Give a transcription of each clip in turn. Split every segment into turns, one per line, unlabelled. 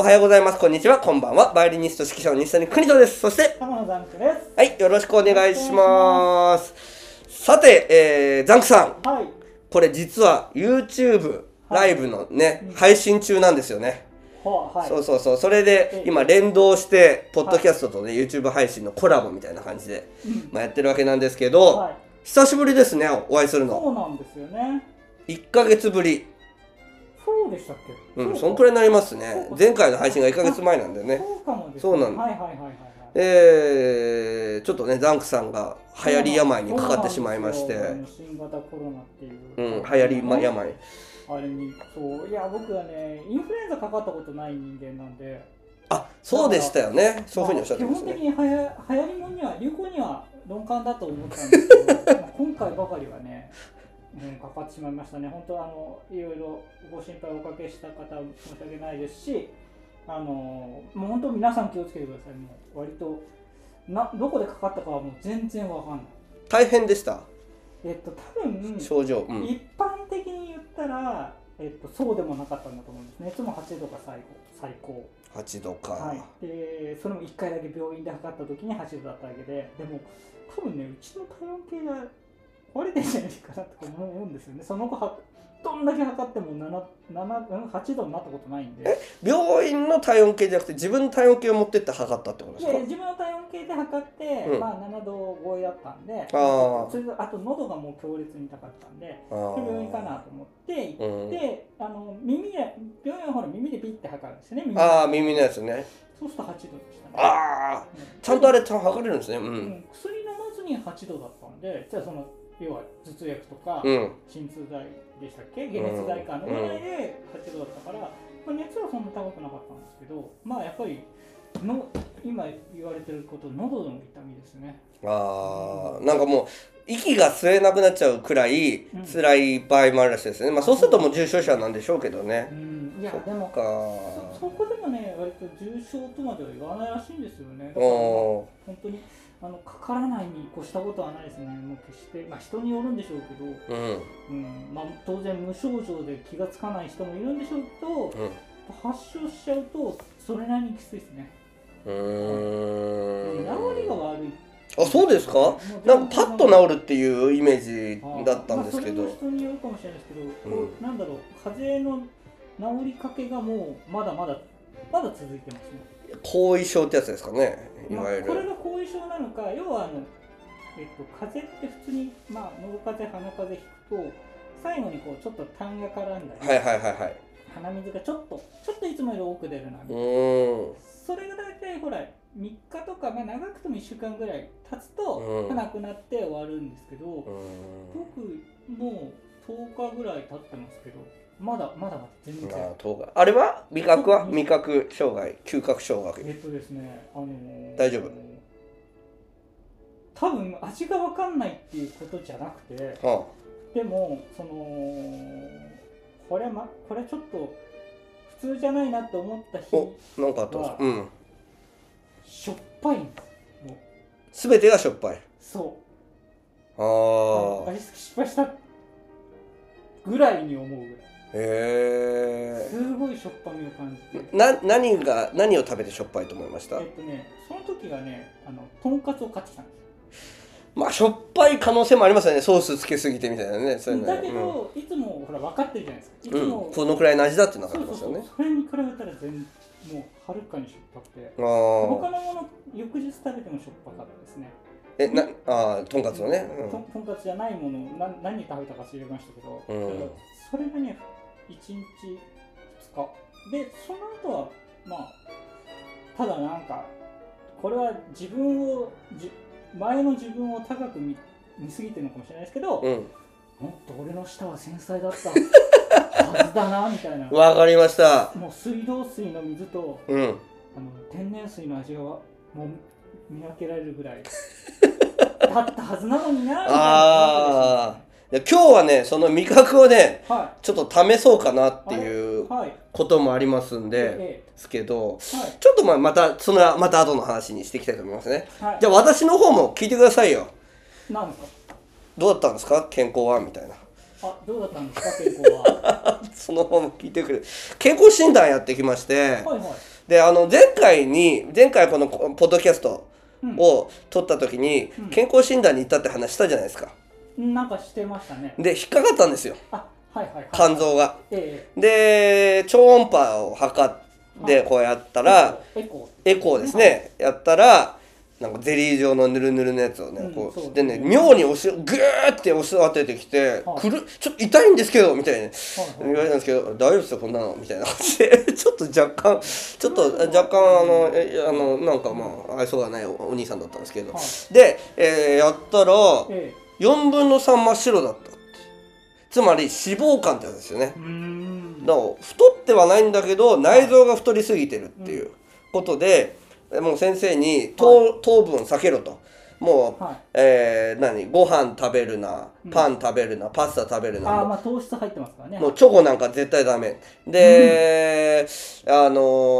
おはようございます。こんにちは。こんばんは。バイオリニスト指揮者の西谷邦人です。そして、
浜野ザンクです。
はい、よろしくお願いします。さて、えー、ザンクさん、
はい。
これ実は YouTube ライブのね、
うん
配信中なんですよね。
ほはい。
そうそうそう。それで
え、え
今連動して、ポッドキャストとね、YouTube 配信のコラボみたいな感じで、
うん
まあ、やってるわけなんですけど、
はい。
久しぶりですね、お会いするの。
そうなんですよね。
1ヶ月ぶり。
そうでしたっけ。
うん、そ
そ
ん
う
く
から
いになりますね
そう。か
前回の配信が1ヶ月前なんでね。
そうかもです、ね。
そうなんだ
はいはいはいはいはい。
えー、ちょっとねザンクさんが流行り病にかかってしまいまして
そうなんですよ新型コロナっていう。
うん流行りま病
あれに、そう、いや、僕はね、インフルエンザかかったことない人間なんで。
あそうでしたよねそういうふうにおっしゃってま
まあ
す
基本的
ね
にはや、流行りもんには、流行には鈍感だと思ったんですけど、まあ今回ばかりはね。うん、かかってしまいましたね、本当あの、いろいろご心配おかけした方、申し訳ないですし、あのもう本当、皆さん気をつけてください、もう割とな、どこでかかったかはもう全然わかんない。
大変でした
えっと、多分
症状うん
一般的に言ったら、えっと、そうでもなかったんだと思うんですね、いつも8度が最高。最高
8度
は
か
い、でそれも1回だけ病院で測った時に8度だったわけででも多分ねうちの体温計が壊れてんじゃないかなとか思うんですよねその後はどんだけ測っても7 7うん8度になったことないんで
病院の体温計じゃなくて自分の体温計を持ってって測ったってことです
いや
か
自分の体温計で測って、
うん
まあ、7度超えだったんで
あー
それとあと喉がもう強烈に痛かったんで
あ
病院かな
ー
と思って行
うん
って、あの耳で病院はほら耳でビッて測るんですよね耳で
あー耳のやつね
そうすると8度でしたね
ああ
うん
ちゃんとあれ測れるんですねう
うんん、薬飲まずに8度だったんで、じゃあその要は頭痛薬とか、
うん
鎮痛剤でしたっけ、解熱剤か、
うん
飲まないで8度だったから、まあ、熱はそんな高くなかったんですけど、まあやっぱりの今言われてること、喉の痛みですね。
あーなんかもう息が吸えなくなっちゃうくらい
ん
辛い場合もあるらしいですねまあそうするともう重症者なんでしょうけどね
うん、いや、
そっ
でも
か
そ、そこでもね、割と重症とまでは言わないらしいんですよね。だからまあ
おー
本当にあのかからないに越したことはないですね、もう決して、まあ、人によるんでしょうけど。
うん
うんまあ、当然無症状で気がつかない人もいるんでしょうけど
うん
発症しちゃうとそれなりにきついですね
う
治
ー
り
ん
が悪い
あそうですか
もう
なんかパッと治るっていうイメージだったんですけ
あまあ
ど
それも人によるかもしれないですけど、こ
う
うなんだろう風邪の治りかけがもうまだまだまだ続いてますね
後遺症ってやつですかねい
まあ
わゆ
これ
る
が後遺症なのか要はあの、えっと、風邪って普通に、まあ、喉風邪鼻風邪ひくと最後にこうちょっと痰が絡んだり、
はいはいはいはい
鼻水がちょっとちょっといつもより多く出るなみたいうな
ーん
それが大体ほら3日とか、まあ、長くても1週間ぐらい経つと、
うん
なくなって終わるんですけど、
うー
僕もう10日ぐらい経ってますけどまだまだまだ全
ん
然、
あー頭があれは味覚は
うん
味覚障害嗅覚障
え
害
っとですねあのー
大丈夫
多分味が分かんないっていうことじゃなくて
は
でもそのこれ,、ま、これちょっと普通じゃないなと思った日
おあなんかあったんですかうん
しょっぱいんですもう
全てがしょっぱい
そ
あ
うあ
ー
れ失敗したぐらいに思うぐらい
へ
すごいしょっぱみを感じて
えな何が何を食べてしょっぱいと思いました
えっとねその時がねあのとんかつを買ってきたんで
まあしょっぱい可能性もありますよねソースつけすぎてみたいなね
す
そういう
よ
のね
だけど、いつもほら分かってるじゃないですかいつ
うん
も、
このくらいの味だってなか
そ
り
うそ
ま
う
す
そ
よ
う
ね
それに比べたら全もうはるかにしょっぱくて
あ
他
あ
のもの翌日食べてもしょっぱかったですね
えなあーとんかつのね、
とんとんかつじゃないものな何食べたか知りましたけど、
うん
それがね1日2日でその後はまあただなんかこれは自分をじ前の自分を高く見見すぎてるのかもしれないですけど、
うんうん
もっと俺の舌は繊細だったはずだなみたいな
わかりました
もう水道水の水と
うん
あの天然水の味がもう見分けられるぐら いだったはずなのになみたいな
あいや今日はねその味覚をね
は
ちょっと試そうかなって
い
いう
はい
こともありますんで
え
ですけど
えはい
ちょっとまあまたそのまた後の話にしていきたいと思いますね
はい
じゃあ私の方も聞いてくださいよ
なんですか
どうだったんですか健康はみたいな
あどうだったんですか健康は
そのまま聞いてくれ健康診断やってきまして
はいはい
であの前回に前回このこポッドキャスト
うん
を撮った時に
うん
健康診断に行ったって話したじゃないですか
うんなんかしてましたね
で引っかかったんですよ
あはいはいはい
肝臓が
え
で超音波を測ってこうやった
え
ら
エコ
エコーですねやったらなんかゼリー状のぬるぬるのやつを
う
ね
ん
こ
そうう
でね妙に押しグーって押し当ててきて
はい
くるちょっと痛いんですけどみたいな
ーは
言
いは
わ
い
れたんですけど「大丈夫ですよこんなの」みたいな 感じでちょっと若干ちょっと若干あのえあのなんかまあ愛想がないおお兄さんだったんですけど
はい
で、えーやったら
え
4分の3真っ白だったってつまり脂肪肝ってやつですよね
えうーん
だから太ってはないんだけど内臓が太りすぎてるっていうことで、もう先生に糖,、糖分を避けろともう、
はい
えー何ご飯食べるな
うん
パン食べるな、パスタ食べるな
あー
も
まあ糖質入ってますからね
うもうチョコなんか絶対ダメで、あ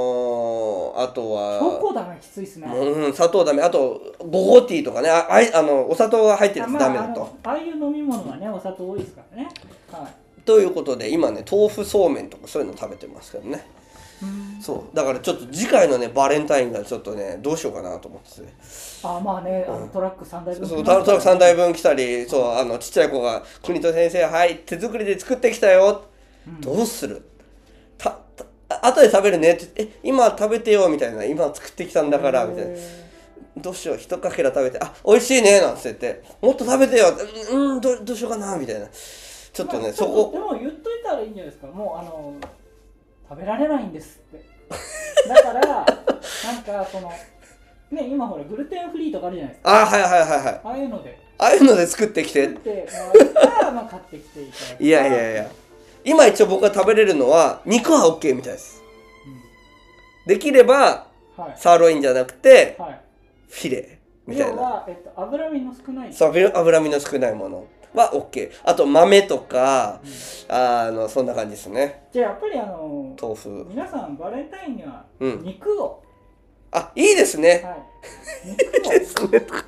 のーあとは
チョコだなきついっすね
うん、砂糖ダメあとゴゴティーとかねああいあのお砂糖が入ってるやつダメだと、
あのああいう飲み物はねお砂糖多いですからねは
ということで今ね豆腐そうめんとかそういうの食べてますけどね
いうん
そうだからちょっと次回のねバレンタインがちょっとねどうしようかなと思ってて
あまあね、あ
う
の
ん
トラック3台分
そうタルトラック3台分来たりそうあのちっちゃい子が「国と先生はい手作りで作ってきたよ」
うん
どうするたた後で食べるね」って「え今食べてよ」みたいな「今作ってきたんだから」みたいな
へ
「どうしよう一かけら食べてあ美味しいね」なんつって言って「もっと食べてよ」うんうんどうどうしようかな」みたいなちょ
ー
っとね、
まあ
そこ
でも言っといたらいいんじゃないですかもうあの食べられないんですってだからなんかそのね今ほらグルテンフリーとかあるじゃないですか
あはいはいはいはいあ
ああいうので
あいうので作ってきて
作ってもらったらまあ買ってきていただく
いやいやいや今一応僕が食べれるのは肉は OK みたいですできれば
うんはい
サーロインじゃなくて
はい
フィレみたい
要
な
は、えっと、脂身の少ない
そうフィレ脂身の少ないものは OK あと豆とか
うん
あのそんな感じですね
じゃあやっぱりあの
豆腐
皆さんバレンタインには
うん
肉を、
あいいですね
はい
いいですねとか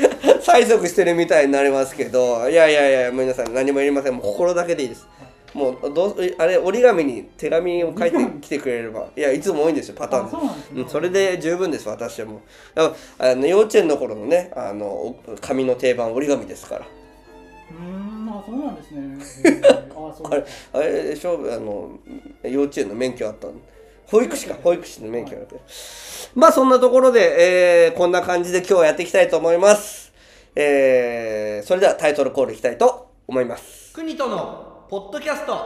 言って催促してるみたいになりますけどいやいやいや皆さん何もいりませんもう心だけでいいですもうどうあれ折り紙に手紙を書いてきてくれればいやいつも多いんですよパターン
あ
で
そうなんですね、
うん、それで十分です私はもうだからあの幼稚園の頃のねあのお紙の定番折り紙ですから
うーんあそうなんですね、 へーあそう
あれあれでしょあの幼稚園の免許あったの保育士か保育士の免許あるけどまあそんなところで、えーこんな感じで今日はやっていきたいと思います、えーそれではタイトルコールいきたいと思います
国とのポッドキャスト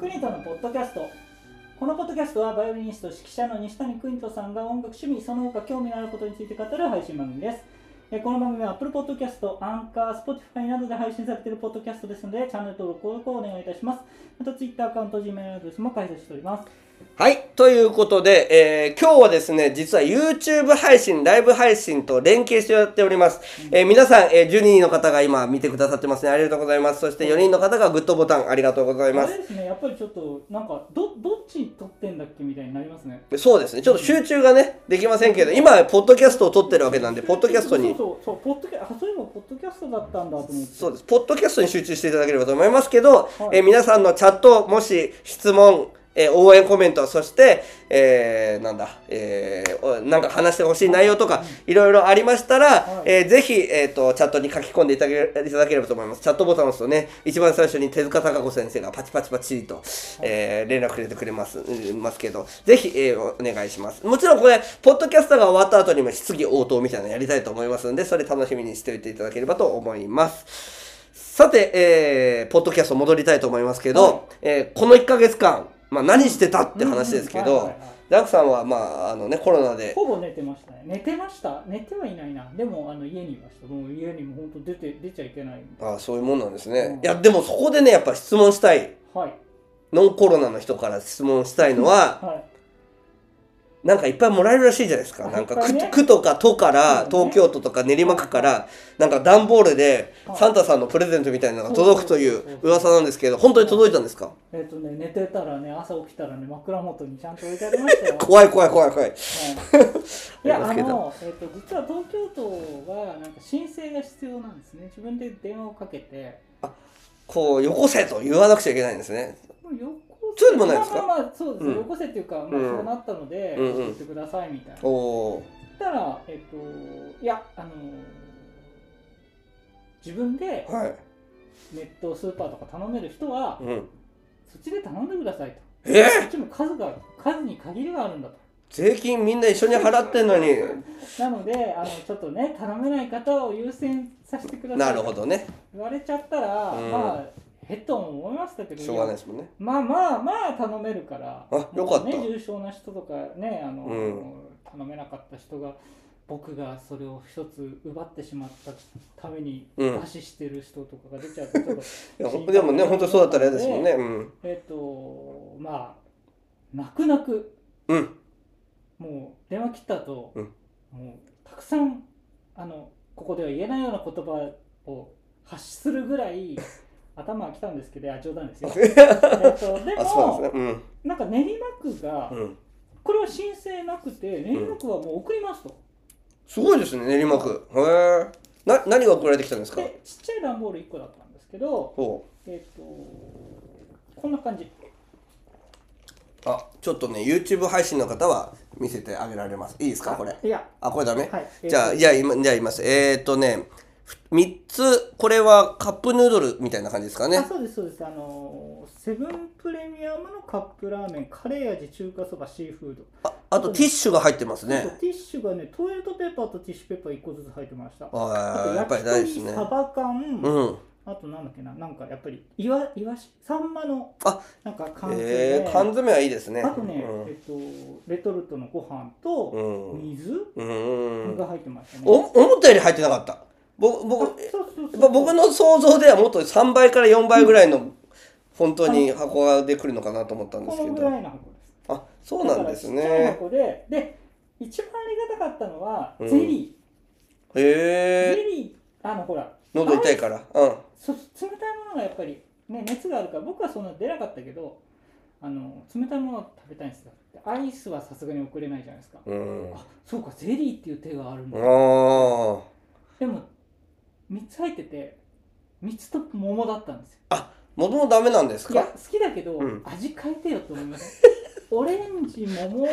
クニトのポッドキャストこのポッドキャストはバイオリニスト指揮者の西谷邦人さんが音楽趣味その他興味のあることについて語る配信番組ですえーこの番組は Apple Podcast、Anchor、Spotify などで配信されているポッドキャストですのでチャンネル登録をお願いいたしますまた Twitter アカウント、Gmail アドレスも開設しております
はいということで、えー今日はですね実は YouTube 配信ライブ配信と連携してやっております、えー皆さん、えー12人の方が今見てくださってますねありがとうございますそして4人の方がグッドボタンありがとうございま
あ
す
れですねやっぱりちょっとなんかどどっち撮ってんだっけみたいになりますね
そうですねちょっと集中がねできませんけど今ポッドキャストを撮ってるわけなんでポッドキャストに
そうそうそうポッドキャあそういえばポッドキャストだったんだと思って
そうですポッドキャストに集中していただければと思いますけど、
はい
えー皆さんのチャットもし質問えー応援コメントそして、えーなんだ、えーおなんか話してほしい内容とかいろいろありましたら、
はい
えーぜひ、えー、とチャットに書き込んでいただけいただければと思いますチャットボタンを押すとね一番最初に手塚貴子先生がパチパチパチリと、えー連絡くれてくれますうんますけどぜひ、えーお願いしますもちろんこれポッドキャストが終わった後にも質疑応答みたいなのやりたいと思いますのでそれ楽しみにしておいていただければと思いますさて、えーポッドキャスト戻りたいと思いますけど、
はい
えーこの1ヶ月間、まあ、何してたって話ですけ
うんうんは
ど
いはいはい
ダークさんは、まああのね、コロナで
ほぼ寝てましたね。寝てました。寝てはいないな。でもあの家にいました。もう家にも本当出て出ちゃいけない。
ああそういうもんなんですね、
うん
いやでもそこでねやっぱ質問したい
はい
ノンコロナの人から質問したいのは
はい。
なんかいっぱいもらえるらしいじゃないですか。なんか
いっぱ
区,、
いね
区とか都から、
そうね
東京都とか練馬区から、なんか段ボールで
はい
サンタさんのプレゼントみたいなのが届くとい
そうそうそ
う
うそう
噂なんですけど、本当に届いたんですか
えっ、とね、寝てたらね、朝起きたらね、枕元にちゃんと置いてありまし たよ。
怖い怖い怖い怖い。
はい、いや、
あります
あ
けど
の、えっ、と、実は東京都は、なんか申請が必要なんですね。自分で電話をかけて。
こう、よこせと言わなくちゃいけないんですね。
まあよこ
そうでもないですか
まあまあまあ、そうです、
うん
よこせっていうか、まあ、
うん
そうなったので、
うんうん
言ってくださいみたいな。
お
そ
お
したら、えっ、と、いや、あの自分で
ー。はい。
ネットスーパーとか頼める人は、
うん。
そっちで頼んでくださいと。
えー
そっちも数が数に限りがあるんだと。
税金みんな一緒に払ってんのに。
なので、あのちょっとね、頼めない方を優先させてくださ
ないる
と
ほどね。
言われちゃったら、
うん
まあ、ヘッドも思いましたけど、
しょうがないですもんね。
まあまあまあ頼めるから、
あよかった
もうね、重症な人とかね、あの
うん
頼めなかった人が、僕がそれを一つ奪ってしまったために、
うん
餓死してる人とかが出ちゃうと、ちょっと、
いやほんでもね、本当そうだったら嫌ですもんね。うん。
えっと、まあ、泣く泣く、
うん。
もう電話切った後、
うん
もうたくさんあのここでは言えないような言葉を発するぐ らい頭が来たんですけどあ冗談ですよえっとで
あ、そうな
も
んですね。
なんか練馬区が、
うん。うん。
これは申請なくて練馬区はもう送りますと、
すごいですね、練馬区。へえ。な、何が送られてきたんですか
でちっちゃい段ボール1個だったんですけど
ほう。
えっ、とこんな感じ
あ、ちょっとね、YouTube 配信の方は見せてあげられます。いいですか、これ。
いや
あ、これダメ、
はい
じゃあ、じゃあ、今、じゃあ言います。えー、っとね、3つ、これはカップヌードルみたいな感じですか
あ
ね。
そうですそうですあのーセブンプレミアムのカップラーメンカレー味中華そばシーフード
ああと、ティッシュが入ってます
そうそう
ね。
ティッシュがねトイレットペーパーとティッシュペーパー1個ずつ入ってました
ああ、や
あ
っ
と
ぱり大事ですね
サ。バ
う
缶、
ん。
あとなんだっけななんかやっぱりいわいわしサンマの
あ
なんか缶詰で、
えー、缶詰はいいですね。
あとね、
うん
えっとレトルトのご飯と
うん。
水
うん。
が入ってましたね、
お思ったより入ってなかった。僕
あ
僕
そうそう
や
そ
っ
う
ぱ僕の想像ではもっと3倍から4倍ぐらいの本当に箱がでくるのかなと思ったんです
こ
け
のぐ
ど
らいの箱です
あそうなんです
だからちっちゃい
ね
箱でで一番ありがたかったのは、
うん
ゼリーゼ
へえ
リーあのほら
喉痛いからうん
そ冷たいものがやっぱり、ね、熱があるから僕はそんな出なかったけどあの冷たいものを食べたいんですよでアイスはさすがに送れないじゃないですか、
うんあ
あそうかゼリーっていう手があるんだ、
ー
でも3つ入ってて3つと桃だったんですよ
もともとダメなんです
いや
か
好きだけど、
うん
味変えてよと思います オレンジ桃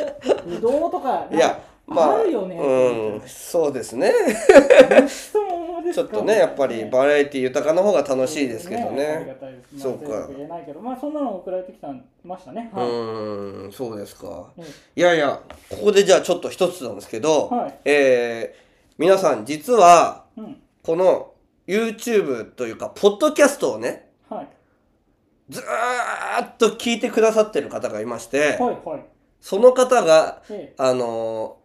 ぶどうとか
いやまあ
あるよね
うんそうですね
なんかそう桃で
ち
すか
ょっとねやっぱりバラエティ豊かな方が楽しいですけど
ありが
ね
たいです、
そうか
まあ贅沢言えないけどまあそんなの送られてきたましたね
う
はい、
んそうですか
うん
いやいやここでじゃあちょっと一つなんですけど、
はい
えー皆さん実は
うん
この YouTube というか、ポッドキャストをね、
はい
ずーっと聞いてくださってる方がいまして、
はいはい。
その方が、
え
あのー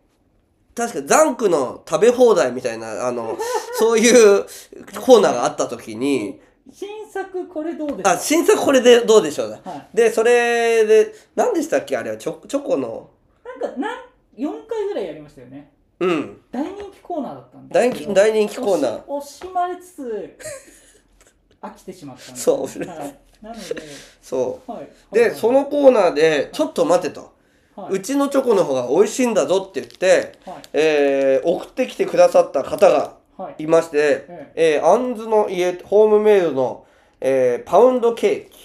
確かザンクの食べ放題みたいな、あ の、そういうコーナーがあった時に、
え新作これどうですか
あ、新作これでどうでしょうだ。
はい。
で、それで、何でしたっけあれはチョ、チョコの、
なんか、なん、4回ぐらいやりましたよね。
うん、
大人気コーナーだったんで
大
すけど。
人大人気コーナー。
惜し惜しまれつつ、飽きてしまったんで
そう惜しまれ
はい。なので、
そ
はい。
う。で、そ、のコーナーで、ちょっと待てと。
は
う
い。
ちのチョコの方が美味しいんだぞって言って、
はい。
えー送ってきてくださった方が
はい。
いまして、
え
えー、あんずの家ホームメイドの、えーパウンドケーキ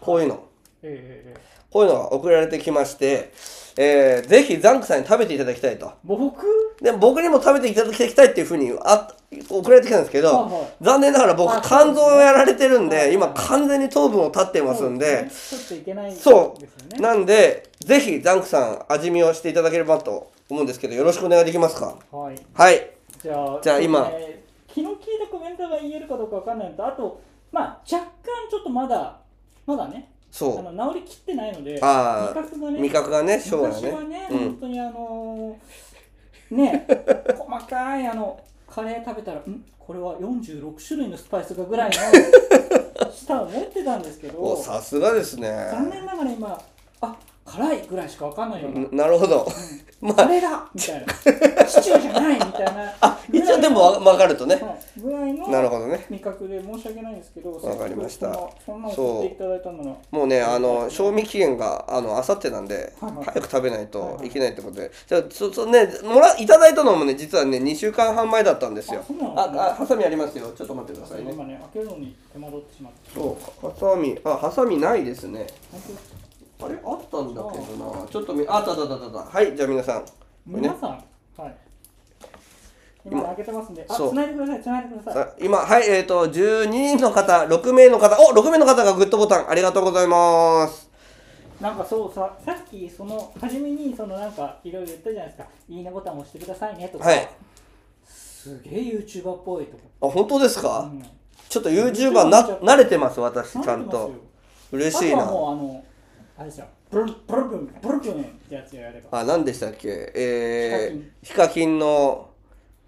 こういうの
えええ
こういうのが送られてきまして、えーぜひザンクさんに食べていただきたいと
僕
で僕にも食べていただきたいっていうふうにあ送られてきたんですけ
は
ど
いはい
残念ながら僕
あ
肝臓をやられてるん
そうです
で
ね
今完全に糖分を絶ってますんで
そうすねちょっといけないですよ
そ
ね。
うなんでぜひザンクさん味見をしていただければと思うんですけどよろしくお願いできますか
はい。
はい
じゃあ、
じゃあ今
そうね気の利いたコメントが言えるかどうかわかんないのと、あと、まあ、若干ちょっとまだ、まだね、
そう
あの治りきってないので、
あー
味覚がね、
味覚がね、昭和が
昔
ね。
はね、
うん
本当にあのーね、細かいあの、カレー食べたら、んこれは46種類のスパイスがぐら いの舌を持ってたんですけ
お、
ど、
さすがですね。
残念ながら今、あ、カ辛いぐらいしかわかんないような、
な るほど。ま
あ
あ、
れだみたいなシチューじゃないみたいな
あ、一応でもわわかるとね。
はいぐらいの
なるほどね。
味覚で申し訳ないんですけど
わかりました
せっかくそんなそんな送っていただいたのの
もうね、あの賞味期限があの明後日なんで、
はいはい
早く食べない
はい
と
はい
いけないってことで、じゃあそそねもらいただいたのもね実はね2週間半前だったんですよ
あそうなの
ああハサミありますよちょっと待ってくださいね
今ね開けるのに手間取ってしまって
そうハサミあハサミないですね
本当です
あれあったんだけどなちょっとみああったあったあったあったはいじゃあ皆さんこれね
皆さん、はい今開けてますんであ
そう
繋いでください繋いでください
さ今はいえっ、と12人の方6名の方お6名の方がグッドボタンありがとうございます
なんかそうささっきその初めにそのなんかいろいろ言ったじゃないですかいいねボタンを押してくださいねとか、
はい
すげえ YouTuber っぽいと
あ本当です
か、
か、
うん
ちょっと YouTuber な慣れてます私ちゃん
慣れてます
と
よ
嬉しい
あとは
な
もうあの、あれですよ、ブルブルブン、ブルブンってやつやれば。
あ、何でしたっけえー、ヒカキンの、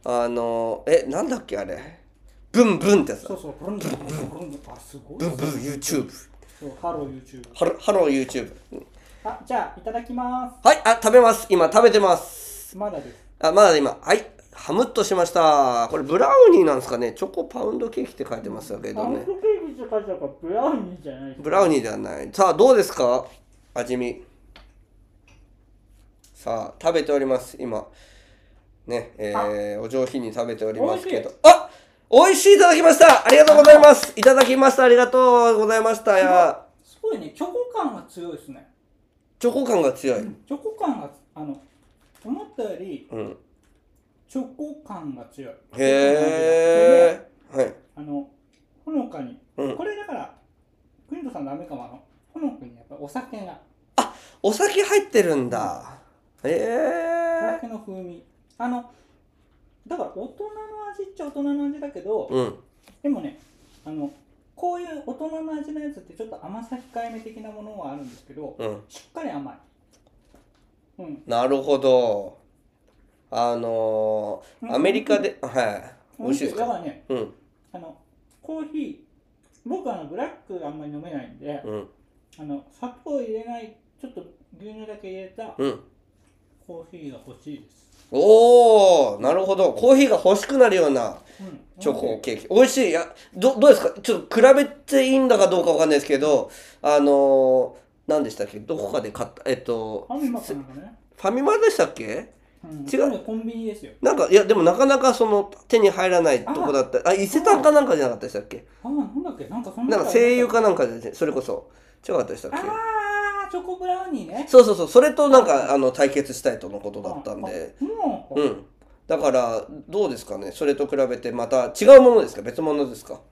あの、え、なんだっけあれ。ブンブンってやつだ
そうそう、ブルンブルン、ブルンブルン、あ、すごい。
ブンブン YouTube。
そう、ハロー YouTube。
ハロハロー YouTube。うん
あ、じゃあ、いただきま
はい、あ、食べます。今食べてます。
す。まだです。
あ、まだ今。はい。ハムっとしました。これブラウニーなんですかね。チョコパウンドケーキって書いてますけ
パ
ど
ウン
ね
ド。ケーキって書いてあるから、ブラウニーじゃないです
ブラウニーではない。さあ、どうですか味見。さあ、食べております、今。ね、えー、お上品に食べておりますけど
美味し。
あ美味しいいただきましたありがとうございますいただきましたありがとうございましたや
すごいね、チョコ感が強いですね。
チョコ感が強い。
チョコ感が、あの、思ったより、
うん。
チョコ感が強い。
へえ。はい。
あの、ほのかに、
うん
これだから、クリントさんダメかも、あの、ほのかにやっぱお酒が、
お酒入ってるんだ。へ
お
え。
酒の風味あのだから大人の味っちゃ大人の味だけど、
うん。
でもねあのこういう大人の味のやつってちょっと甘さ控えめ的なものはあるんですけど、
うん。
しっかり甘いうん
なるほど。あのー、アメリカで、はい。美味しいです
だか
から
ね
うん。
あのコーヒー僕あのブラックあんまり飲めないんで、
うん。
あの砂糖入れないちょっと牛乳だけ入れた
うん。
コーヒーが欲しいです、
おおなるほどコーヒーが欲しくなるような
うん、
チョコケーキ美味しいいやどどうですかちょっと比べていいんだかどうかわかんないですけどあのー、何でしたっけどこかで買ったえっと
あんまりなんかね、
ファミマでしたっけ
うん、
違う
これコンビニですよ
なんかいやでもなかなかその手に入らないとこだったあ伊勢丹かなんかじゃなかったでしたっけ
あなんだっけなんかそんな
なんか声優かなんかでそれこそ違かったでしたっけ
あーチョコブラウニーね
そうそうそうそれとなんかあの対決したいとのことだったんで
あもう、
うんだからどうですかねそれと比べてまた違うものですか別物ですか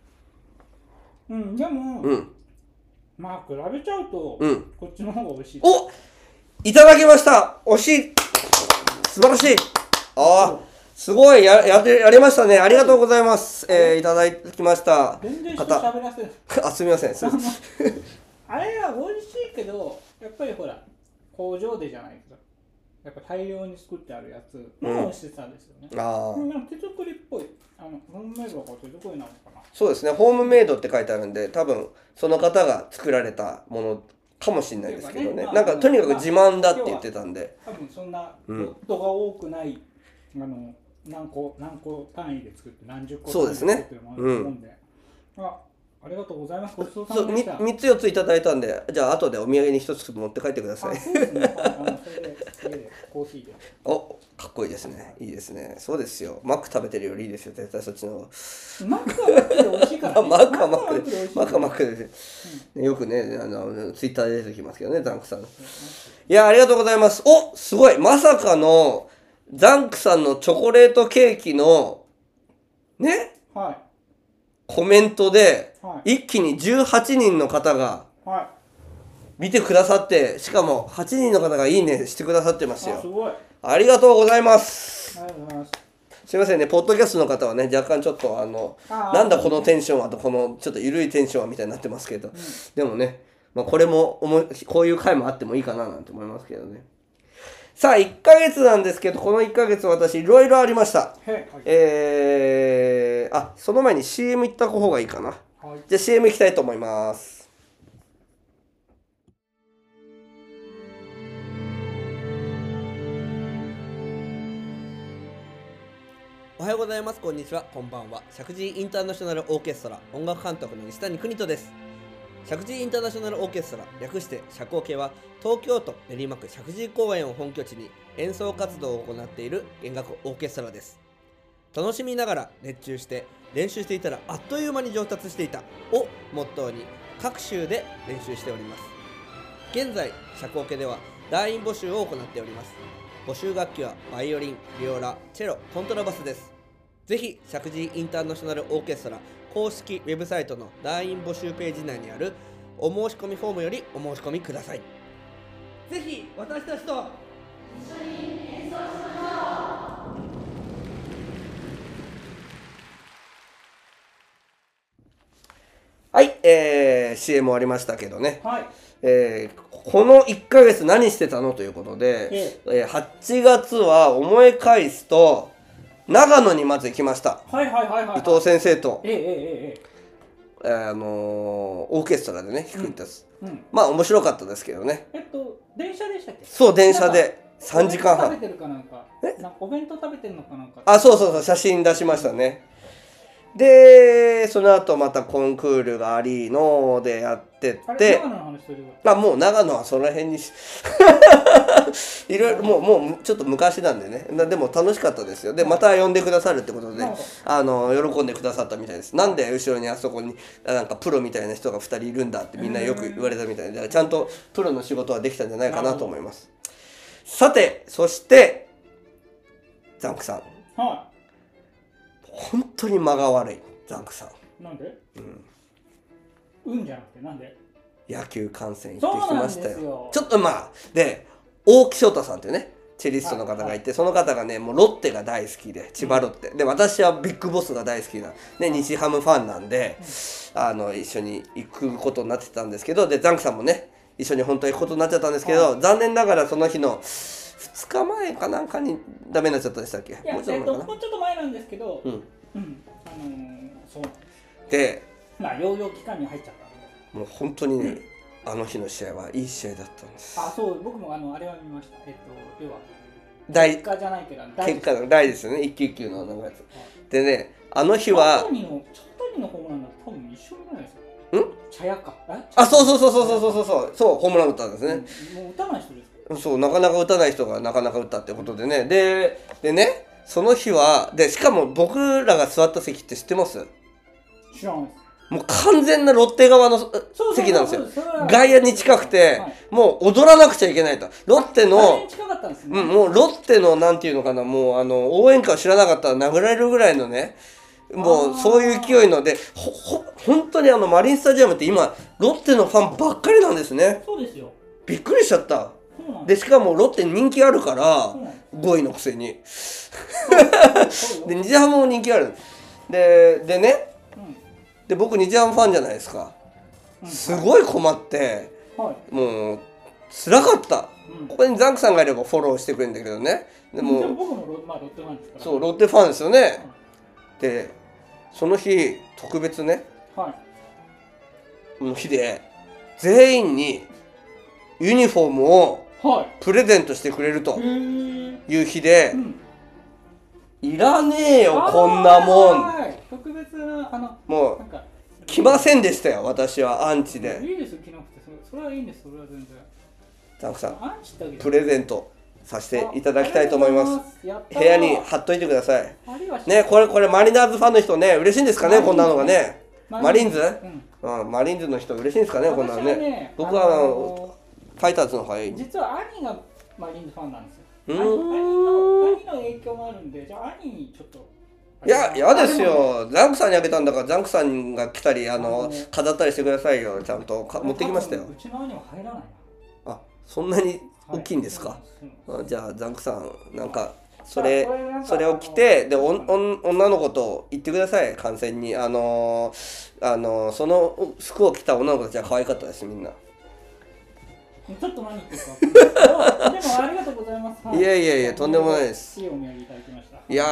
うんでも、
うん
まあ比べちゃうと、
うん
こっちの方が美味しい
おいただきました惜しい素晴らしいああすごいややってやりましたねありがとうございますえー、いただきました
全然人
方
喋らせない
あすみませんすみません
あれは美味しいけどやっぱりほら工場でじゃないけどやっぱ大量に作ってあるやつの美味しさですよね、
あー
なんか手作りっぽいあのホームメイドが手作りなのかな
そうですねホームメイドって書いてあるんで多分その方が作られたものかもしれないですけどねなんかとにかく自慢だって言ってたんで
多分そんな
う
ロ
ん
ットが多くない、あの何個何個単位で作って何十個
そうですね
単位作ってるものだと思うんで、あありがとうございますごちそうさ
そ
ま
う
でした
3, つ4ついただいたんでじゃあ後でお土産に1つ持って帰ってくださ
あ
い
そうですねはいあのそれで家でコーヒーで
おかっこいいですねいいですねそうですよマック食べてるよりいいですよ絶対そっちの方 が
マックはマックで美味しいから、
あ マックはマックでマ
ね、で美味しい
ックはマックでねよくねあのツイッターで出てきますけどねザンクさんいやありがとうございますおすごいまさかのザンクさんのチョコレートケーキのね
は
コメントで
は
一気に18人の方が
いは
見てくださってしかも8人の方がいいねしてくださってます
いあす
よ
ごいあ
ありがとうございます
りがとうございます
すいませんねポッドキャストの方はね若干ちょっとあの
あー
なんだこのテンションはとこのちょっと緩いテンションはみたいになってますけど、でもね、まあ、これもおもこういう回もあってもいいかななんて思いますけどねさあ1ヶ月なんですけどこの1ヶ月私いろいろありました
へい
えー、あその前に CM 行った方がいいかな
はい
じゃあ CM 行きたいと思いますおはようございますこんにちはこんばんは石神井インターナショナルオーケストラ音楽監督の西谷邦人です石神井インターナショナルオーケストラ略して社交系は東京都練馬区石神井公園を本拠地に演奏活動を行っている弦楽オーケストラです楽しみながら熱中して練習していたらあっという間に上達していたをモットーに各州で練習しております現在社交系では団員募集を行っております募集楽器はバイオリンビオラチェロコントラバスですぜひ石神井インターナショナルオーケストラ公式ウェブサイトの団員募集ページ内にあるお申し込みフォームよりお申し込みくださいぜひ私たちとはい、えー、CM 終わりましたけどね、
はい。
えーこの1ヶ月何してたのということで、
え
えー8月は思い返すと長野にまず行きました
はいはいはいはい。
伊藤先生と、
えええええ
えーあのーオーケストラでね弾くんです、
え。うん。
まあ面白かったですけどね
えっと、電車でしたっけ
そう電車で
なん
3
か
時間
お弁
半
当食べてるかなんか。
え
なんかお弁当食べてるのかなんか。
あそうそうそう写真出しましたねでその後またコンクールがありのでやって
あ
て
れ、長野の話するよ。
まあもう長野はその辺にし いろいろもうもうちょっと昔なんでねなでも楽しかったですよでまた呼んでくださるってことで
なるほど
あの喜んでくださったみたいですなんで後ろにあそこにあなんかプロみたいな人が2人いるんだってみんなよく言われたみたいでだからちゃんとプロの仕事はできたんじゃないかなと思いますさてそしてザンクさん
は
本当に間が悪いザンクさん
い。なんで
うん
うんじゃなくて、なんで
野球観戦行ってきましたよ
そうなんですよ
ちょっとまあで大木翔太さんっていうねチェリストの方がいてその方がねもうロッテが大好きで千葉ロッテ、で私はビッグボスが大好きな、ね、西ハムファンなんで、あの一緒に行くことになってたんですけどでザンクさんもね一緒に本当は行くことになっちゃったんですけど、残念ながらその日の2日前かなんかにダメになっちゃったんでしたっけ
いや、え
も
っ
うちょっと
と、
前か
もうちょっと前なんですけど、
な、うん、
うん。あのー、そうなんです。
で
まあ、療養期間に入っちゃったんで。
もう本当にね、あの日の試合はいい試合だったんです
あ、そう、僕もあの、あれは見ました。えっと、要は、
大
結果じゃないけど、
結果の大ですよね一球一球のなんかやつ
はい
でねあの日は
鳥谷の鳥谷のホームランだと多分一緒じゃないですか。
ん？
茶屋か。え
あそうそうそうそうそうそうそうそうホームラン打ったんですね、
うんもう打たない人です
そうなかなか打たない人がなかなか打ったってことでねででねその日はでしかも僕らが座った席って知ってます
か。知らないです。
もう完全なロッテ側のう
そうそう
席なんですよ
そうそうそれは
外野に近くて、
はい
もう踊らなくちゃいけないとロッテ
外野に
の
近かったんですね。
うん、もうロッテのなんていうのかなもうあの応援歌を知らなかったら殴られるぐらいのねも
あ
う
ー
そういう勢いのでほほ本当にあのマリンスタジアムって今ロッテのファンばっかりなんですね
そうですよ。
びっくりしちゃった
そうなん。
ですしかもロッテ人気あるから
そうなんで
5位のくせに
す。そう
で
よ
日ハムも人気あるででね
うん
で僕日ハムファンじゃないですか
うん
すごい困って
はい。
もう辛かった
うん
ここにザンクさんがいればフォローしてくれるんだけどねでも
でも僕もロまあロッテファンですから。
そうロッテファンですよねでその日特別ね
はい。
の日で全員にユニフォームを
は
プレゼントしてくれると
い。へー
いう日で
う、ん。
いらねえよこんなも
あ
ん
ーはい特別なあの
も
な
うん
か。
来ませんでしたよ私はアンチで
いいですよ、着なくて。それそれはいいんです、それは全然。
ザンクさん
アンチってわけじゃ
プ
ない。
レゼントさせていただきたいと思います
やった
す
ー
部屋に貼っといてください
ありはしない
ねこれこれマリナーズファンの人ね嬉しいんですかねこんなのがねマリーンズ
うん
うん、マリーンズの人嬉しいんですかねこんなの
私
ね
はね
僕はあの
あの
ファイターズの方がいい
実は兄がマリーンズファンなんですよ。
う
兄
ーん
の兄の影響もあるんで、じゃあ兄にちょっと。
いや、嫌です
あ。も
よ。ザンクさんにあげたんだから、ザンクさんが来たり、あ
あの
の
ね、
飾ったりしてくださいよ。ちゃんとか持ってきましたよ
う。ちの兄は入らないな。
あ、そんなに
は
大きいんですか。
うん
あじゃあ、ザンクさん、なんか、そ
じ
れ
ゃあこれなん、か
それを着て、で、おんおん女の子と言ってください、観戦に。あのー、あのー、その服を着た女の子たちは可愛かったです、みんな。
ちょっと何言ってるか分かんないですけど。でもありがとうございます。はい
やいやいやとんでもないです
いいお土産いただきました。
いや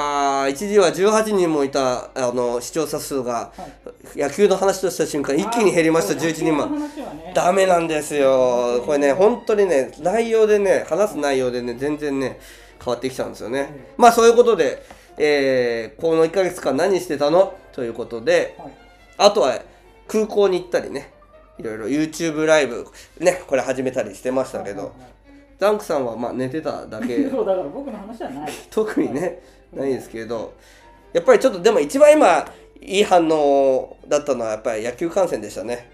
ー、一時は18人もいた、あの、視聴者数が、
はい
野球の話とした瞬間、一気に減りました、
あー
11人も。
野球の話はね
ダメなんですよ。これね、本当にね、内容でね、話す内容でね、全然ね、変わってきちゃうんですよね。まあそういうことで、えーこの1ヶ月間何してたのということで、
はい
あとは空港に行ったりね、いろいろ YouTube ライブ、ね、これ始めたりしてましたけ
はい
ど
は、
ダンクさんはまあ寝てただ
いは
け
い、そうだから僕の話じゃない
特にね、ないですけど、やっぱりちょっとでも一番今、いい反応だったのはやっぱり野球観戦でしたね。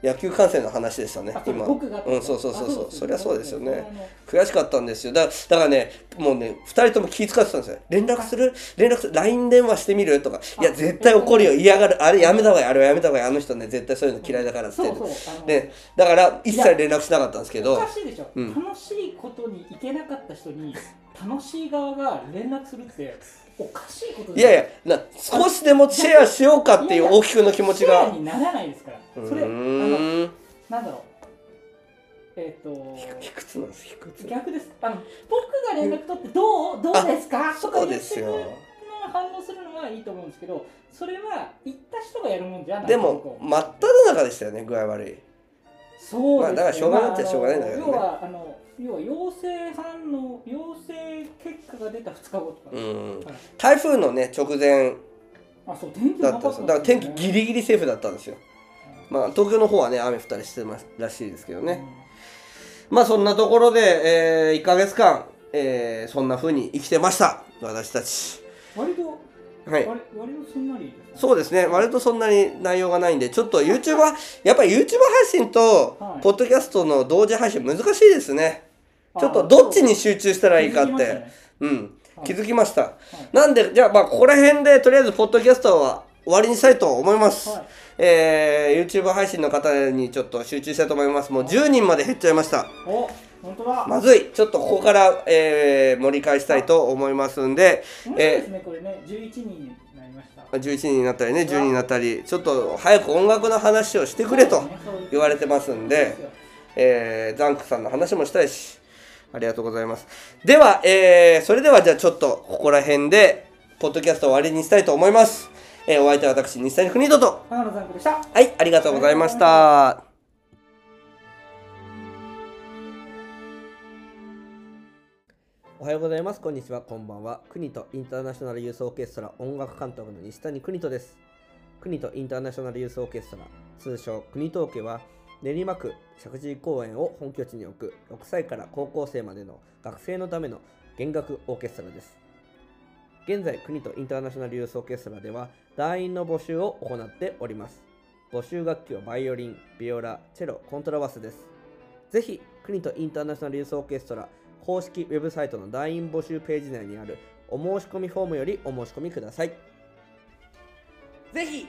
野球観戦の話でしたね
あ、それ
今。
僕がって
うん、そうそうそうそう、
あ
そりゃそうですよね。
ね
悔しかったんですよだだからねもうね2人とも気遣ってたんですよ連絡する連絡する LINE 電話してみるとかいや
あ
絶対怒るよ嫌がるあれやめた方がいいあれはやめた方がいいあの人ね絶対そういうの嫌いだからっつっ
そう
て
そうあの
ねだから一切連絡しなかったんですけ
お
ど
かしいでしょ、
うん
楽しいことに行けなかった人に楽しい側が連絡するっておかしいこと
い
じゃ
や
な
や
い
な少しでもシェアしようかっていう大木君の気持ち
シェア
が
にならないですから
う
それあの
ーん
なんだろうえ っ、と
卑屈なんです卑屈
逆ですあの僕が連絡取ってどうどうですかとか
そう
言
で
って
す
く
よ
の反応するのはいいと思うんですけどそれは行った人がやるもんじゃない
で
こ
も
う
真っ只中でしたよね具合悪い
そう
まあだからしょうがないっちゃ
まあ
しょうがないんだけどね
要はあの要は陽性反応陽性結果が出た2日後とか、
うん
はい
台風のね直前
あそう天気
だ
な
った
か
ん
っ
ですよ
たん
だから天
です
気ギ
ね
リギリセーフだったんですよまあ、東京の方はね、雨降ったりしてますらしいですけどね。まあ、そんなところで、え1ヶ月間、えーそんな風に生きてました。私たち。
うん割と
はい。
割割とすんなりですね
そうですね。割とそんなに内容がないんで、ちょっと YouTuber、やっぱり YouTuber 配信と
は、い
ポッドキャストの同時配信難しいですね。
あ
ちょっとどっちに集中したらいいかっ
気づきました
て
ね。
うん
は。い
気づきました
い。
なんで、じゃあ、まあ、ここら辺で、とりあえず、ポッドキャストは終わりにしたいと思います。
はい
えー、YouTube 配信の方にちょっと集中したいと思います。もう10人まで減っちゃいました。
お本当だ、
まずい。ちょっとここから、えー、盛り返したいと思いますんで、
面白いです
え
ねこれね11人になりました
ー、11人になったりね、10人になったり、ちょっと早く音楽の話をしてくれと言われてますんで、えー、ザンクさんの話もしたいし、ありがとうございます。では、えー、それではじゃあちょっとここら辺で、ポッドキャストを終わりにしたいと思います。えー、お相手は私、西谷邦人と、
花野さんこれした
はい、ありがとうございました。おはようございます。こんにちは。こんばんは。国とインターナショナルユースオーケストラ音楽監督の西谷邦人です。国とインターナショナルユースオーケストラ、通称国東家は、練馬区石神井公園を本拠地に置く6歳から高校生までの学生のための弦楽オーケストラです。現在、国とインターナショナルユースオーケストラでは、団員の募集を行っております。募集楽器はバイオリン、ビオラ、チェロ、コントラバスです。ぜひ、国とインターナショナルユースオーケストラ公式ウェブサイトの団員募集ページ内にあるお申し込みフォームよりお申し込みください。ぜひ、